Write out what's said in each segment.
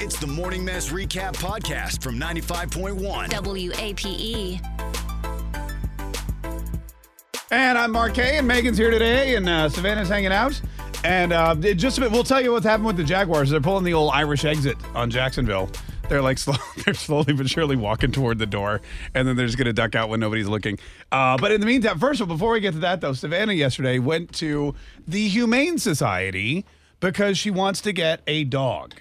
It's the Morning Mess Recap Podcast from 95.1. WAPE. And I'm Mark Kay, and Megan's here today, and uh, Savannah's hanging out. And uh, it- just a bit, we'll tell you what's happened with the Jaguars. They're pulling the old Irish exit on Jacksonville. They're like slow, they're slowly but surely walking toward the door, and then they're just gonna duck out when nobody's looking. Uh, but in the meantime, first of all, before we get to that though, Savannah yesterday went to the Humane Society because she wants to get a dog,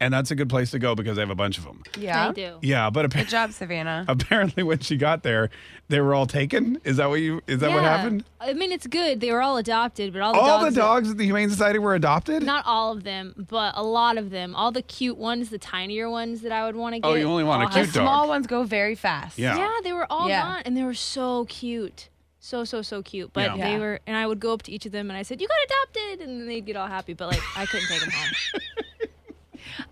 and that's a good place to go because they have a bunch of them. Yeah. do. Yeah, but apparently. Good job, Savannah. Oh, Apparently, when she got there, they were all taken. Is that what you? Is that what Yeah. happened? I mean, it's good. They were all adopted, but all the All dogs. the dogs at the Humane Society were adopted? Not all of them, but a lot of them. All the cute ones, the tinier ones that I would want to get. Oh, you only want a all cute had- dog. Small ones go very fast. Yeah. Yeah, they were all Yeah. gone, and they were so cute. So so so cute, but Yeah. they Yeah. were, and I would go up to each of them and I said, "You got adopted," and then they'd get all happy, but like I couldn't take them home.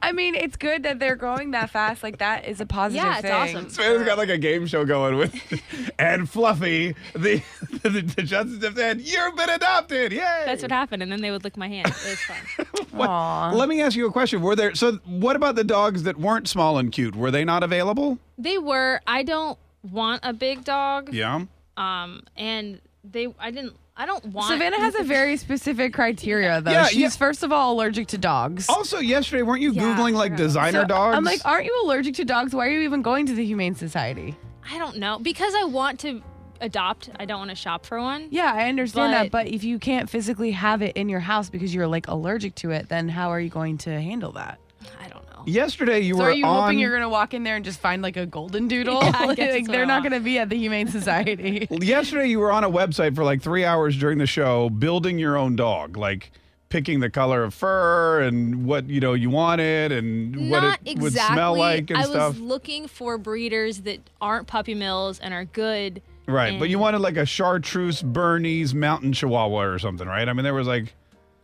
I mean, it's good that they're growing that fast. Like that is a positive yeah, it's thing. awesome. Savannah's got like a game show going with, and Fluffy, the the, the, the Johnson Stiff said, "You've been adopted, yay!" That's what happened, and then they would lick my hand. It was fun. What- Aw. Let me ask you a question. Were there so? What about the dogs that weren't small and cute? Were they not available? they were. I don't want a big dog. Yeah. Um, and they, I didn't. I don't want. Savannah has a very specific criteria, though. Yeah, She's yeah. first of all allergic to dogs. Also, yesterday, weren't you Yeah, googling like I forgot. designer So, dogs? I'm like, aren't you allergic to dogs? Why are you even going to the Humane Society? I don't know because I want to adopt. I don't want to shop for one. Yeah, I understand But- that, but if you can't physically have it in your house because you're like allergic to it, then how are you going to handle that? I don't know. yesterday, you So were are you on. hoping you're gonna walk in there and just find like a golden doodle? Yeah, I guess like, that's what I they're not want. gonna be at the Humane Society. Yesterday, you were on a website for like three hours during the show, building your own dog, like picking the color of fur and what you know you wanted and what Not it exactly. would smell like and I stuff. was looking for breeders that aren't puppy mills and are good. right, but you and- wanted like a chartreuse Bernese mountain chihuahua or something, right? I mean, there was like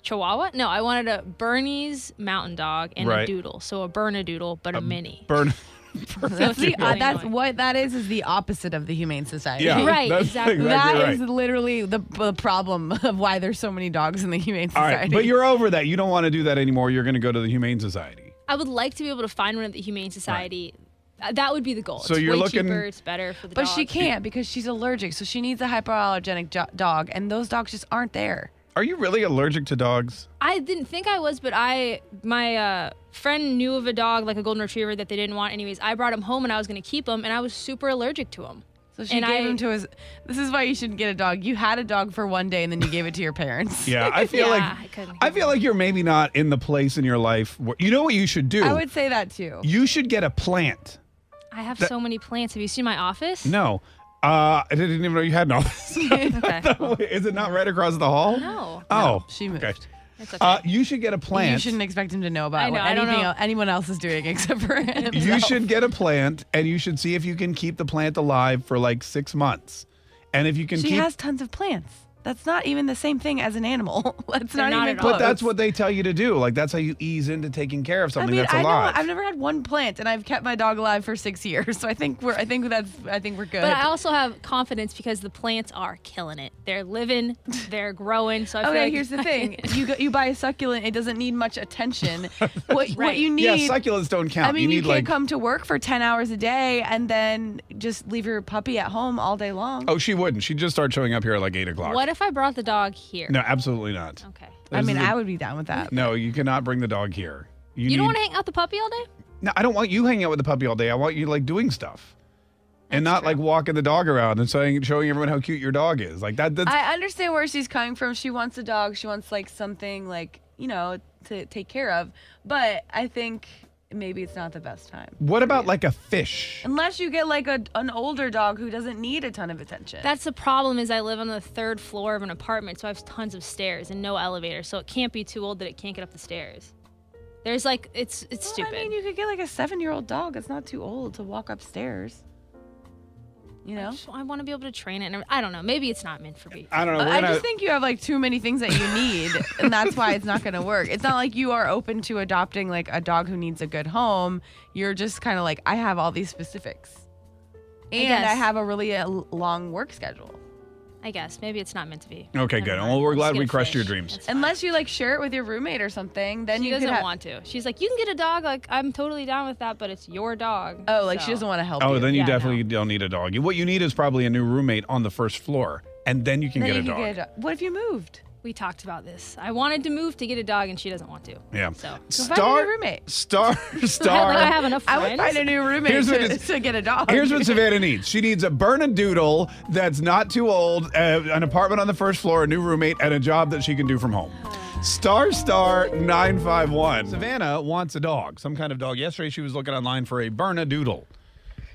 Chihuahua? No, I wanted a Bernese mountain dog and Right. a doodle. So a Bernedoodle, but a, mini. Bern. That's, the, really uh, that's annoying. what that is is the opposite of the humane society. Yeah, Right, that's exactly. exactly That right. is literally the, the problem of why there's so many dogs in the humane All society. right, but you're over that. You don't want to do that anymore. You're going to go to the Humane Society. I would like to be able to find one at the Humane Society. Uh, That would be the goal. So it's you're way looking- cheaper. It's better for the But dog. she can't because she's allergic, so she needs a hypoallergenic jo- dog, and those dogs just aren't there. Are you really allergic to dogs? I didn't think I was, but I my uh, friend knew of a dog like a golden retriever that they didn't want. Anyways, I brought him home and I was gonna keep him, and I was super allergic to him. So she And gave I- him to his. This is why you shouldn't get a dog. You had a dog for one day, and then you gave it to your parents. Yeah, I feel Yeah, like I couldn't I feel like you're maybe not in the place in your life where you know what you should do. I would say that too. you should get a plant. I have so many plants. Have you seen my office? No. Uh, I didn't even know you had an office. Okay. Is it not right across the hall? No. Oh, she moved. Okay. That's okay. Uh, you should get a plant. You shouldn't expect him to know about I know, what I don't anything know. el- anyone else is doing except for him. You should get a plant, and you should see if you can keep the plant alive for like six months. And if you can She keep, has tons of plants. That's not even the same thing as an animal. That's They're not, not even at all. close. but that's what they tell you to do. Like that's how you ease into taking care of I something mean, that's I alive. know I've never had one plant, and I've kept my dog alive for six years. So I think we're, I think that's, I think we're good. but I also have confidence because the plants are killing it. They're living, they're growing. So I feel okay, like here's the thing: you go, you buy a succulent, it doesn't need much attention. What, what Right. you need, yeah, succulents don't count. I mean, you you, need can't like come to work for ten hours a day and then just leave your puppy at home all day long. oh, she wouldn't. She'd just start showing up here at like eight o'clock. What if I brought the dog here? No, absolutely not. Okay. I This mean, is a- I would be down with that. No, you cannot bring the dog here. You, You need, don't want to hang out the puppy all day? No, I don't want you hanging out with the puppy all day. I want you like doing stuff. and That's not like walking the dog around and saying, showing everyone how cute your dog is. Like that. That's, I understand where she's coming from. She wants a dog. She wants like something like you know to take care of. But I think maybe it's not the best time. what about like a fish? Unless you get like a, an older dog who doesn't need a ton of attention. That's the problem is I live on the third floor of an apartment, so I have tons of stairs and no elevator, so it can't be too old that it can't get up the stairs. There's like it's it's Well, stupid. I mean, you could get like a seven-year-old dog. It's not too old to walk upstairs. You know. So Oh, I want to be able to train it. And I don't know. Maybe it's not meant for me. I don't know. I We're I gonna- just think you have like too many things that you need, and that's why it's not going to work. It's not like you are open to adopting like a dog who needs a good home. You're just kind of like, I have all these specifics, and I, guess. have a really uh, long work schedule. I guess. Maybe it's not meant to be. Okay, Never good. mind. Well, we're Just glad get we a crushed your fish. dreams. That's fine. Unless you like share it with your roommate or something, then she you could doesn't have. want to. She's like, you can get a dog. Like, I'm totally down with that, but it's your dog. oh, like so- she doesn't want to help. Oh, you. then you Yeah, definitely don't need a dog. You- What you need is probably a new roommate on the first floor, and then you can, Then get, you a could dog. get a dog. What if you moved? We talked about this. I wanted to move to get a dog, and she doesn't want to. Yeah. So. So find a new Star- roommate. Star. I, Star. like I have enough I friends. would find a new roommate Here's what to, it's- to get a dog. Here's what Savannah needs. She needs a Bernadoodle that's not too old, uh, an apartment on the first floor, a new roommate, and a job that she can do from home. Star Star 951. Savannah wants a dog, some kind of dog. Yesterday she was looking online for a Bernadoodle.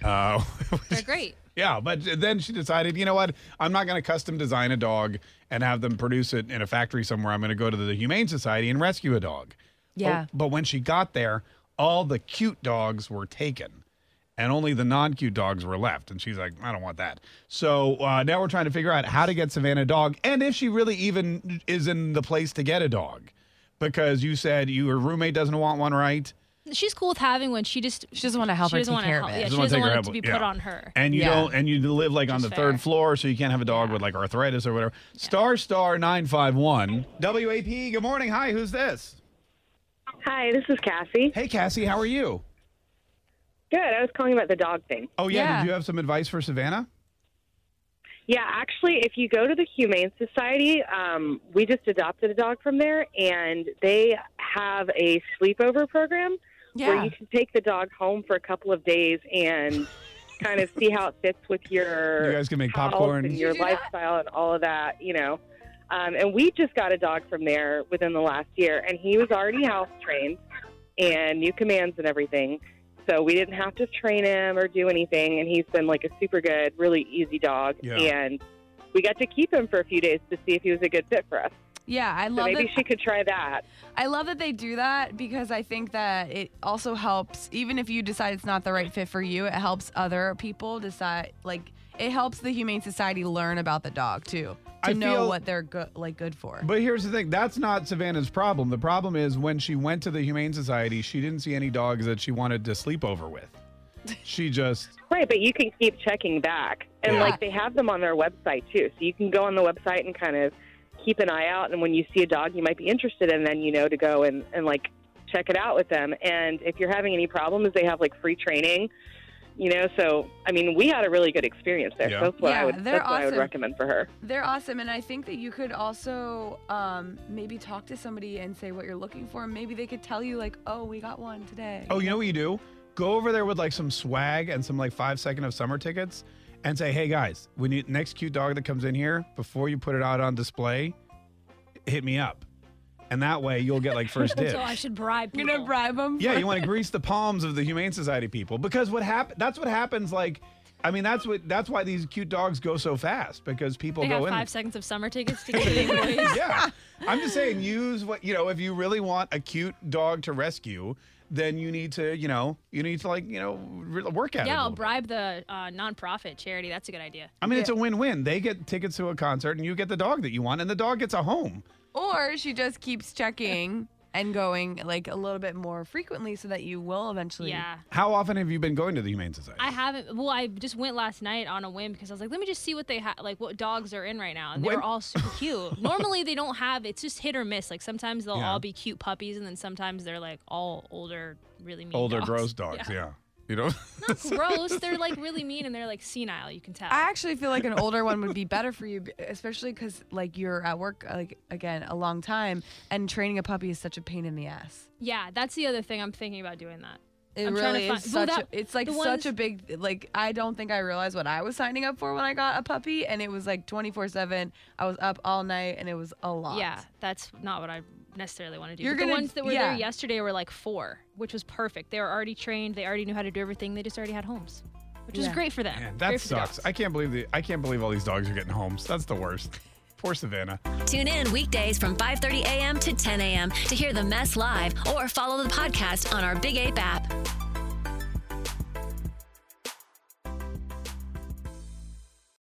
Uh, They're great. yeah, but then she decided, you know what? I'm not going to custom design a dog and have them produce it in a factory somewhere. I'm going to go to the Humane Society and rescue a dog. Yeah. But, but when she got there, all the cute dogs were taken and only the non cute dogs were left. And she's like, I don't want that. So uh, now we're trying to figure out how to get Savannah a dog and if she really even is in the place to get a dog because you said your roommate doesn't want one, right? She's cool with having one. She just She doesn't wanna help her doesn't take wanna care of it. Yeah, she wanna doesn't take her want it to be elbow- put yeah. on her. And you Yeah. don't, and you live like on Which the is third fair. floor, so you can't have a dog with like arthritis or whatever. Star Star nine five one WAP. Good morning. Hi, who's this? Hi, this is Cassie. Hey, Cassie, how are you? Good. I was calling about the dog thing. Oh yeah, Yeah. did you have some advice for Savannah? Yeah, actually, if you go to the Humane Society, um, we just adopted a dog from there, and they have a sleepover program where Yeah. you can take the dog home for a couple of days and kind of see how it fits with your You guys can make house popcorn. and Did your you do that? lifestyle and all of that, you know. Um, and we just got a dog from there within the last year, and he was already house trained and new commands and everything. So we didn't have to train him or do anything, and he's been like a super good, really easy dog. Yeah. And we got to keep him for a few days to see if he was a good fit for us. Yeah, I So love maybe that. she could try that. I love that they do that because I think that it also helps, even if you decide it's not the right fit for you, it helps other people decide. Like, it helps the Humane Society learn about the dog too, to I know feel- what they're good, like good for. But here's the thing that's not Savannah's problem. The problem is when she went to the Humane Society, she didn't see any dogs that she wanted to sleep over with. She just, Right, but you can keep checking back. And Yeah. like they have them on their website too. So you can go on the website and kind of keep an eye out and when you see a dog you might be interested in then you know to go and, and like check it out with them. And if you're having any problems they have like free training. You know, so I mean we had a really good experience there. Yeah. So that's what Yeah, I would they're that's what I would awesome. recommend for her. They're awesome, and I think that you could also um, maybe talk to somebody and say what you're looking for. Maybe they could tell you like, "Oh, we got one today." oh, you know what you do? Go over there with like some swag and some like five second of summer tickets and say, hey guys, when you next cute dog that comes in here, before you put it out on display, hit me up. And that way you'll get like first dibs. So I should bribe you're people. gonna bribe them. Yeah, you want to grease the palms of the Humane Society people because what happen that's what happens like I mean that's what that's why these cute dogs go so fast because people They go have in five seconds of summer tickets to get the employees. yeah. I'm just saying, use what you know. If you really want a cute dog to rescue, then you need to, you know, you need to like, you know, re- work at it. a Yeah, I'll little bit. bribe the uh, nonprofit charity. That's a good idea. I mean, it's a win-win. They get tickets to a concert, and you get the dog that you want, and the dog gets a home. Or she just keeps checking and going like a little bit more frequently so that you will eventually. Yeah. How often have you been going to the Humane Society? I haven't. Well, I just went last night on a whim because I was like, let me just see what they have, like what dogs are in right now. And they When- were all super cute. Normally they don't have. It's just hit or miss. Like sometimes they'll Yeah. all be cute puppies, and then sometimes they're like all older, really mean. Older, dogs. gross dogs. Yeah. You know. Not gross. They're like really mean and they're like senile. You can tell. I actually feel like an older one would be better for you, especially because like you're at work like again a long time, and training a puppy is such a pain in the ass. yeah, that's the other thing. I'm thinking about doing that. It I'm trying to really is find- well, such. that- a, it's like the such a ones- big like. I don't think I realized what I was signing up for when I got a puppy, and it was like twenty four seven. I was up all night, and it was a lot. Yeah, that's not what I necessarily want to do. You're But gonna- the ones that were yeah. there yesterday were like four, which was perfect. They were already trained. They already knew how to do everything. They just already had homes, which is Yeah. great for them. Man, Great that for the sucks. dogs. I can't believe the I can't believe all these dogs are getting homes. That's the worst. Poor Savannah. Tune in weekdays from 5:30 a.m. to 10 a.m. to hear the mess live or follow the podcast on our Big Ape app.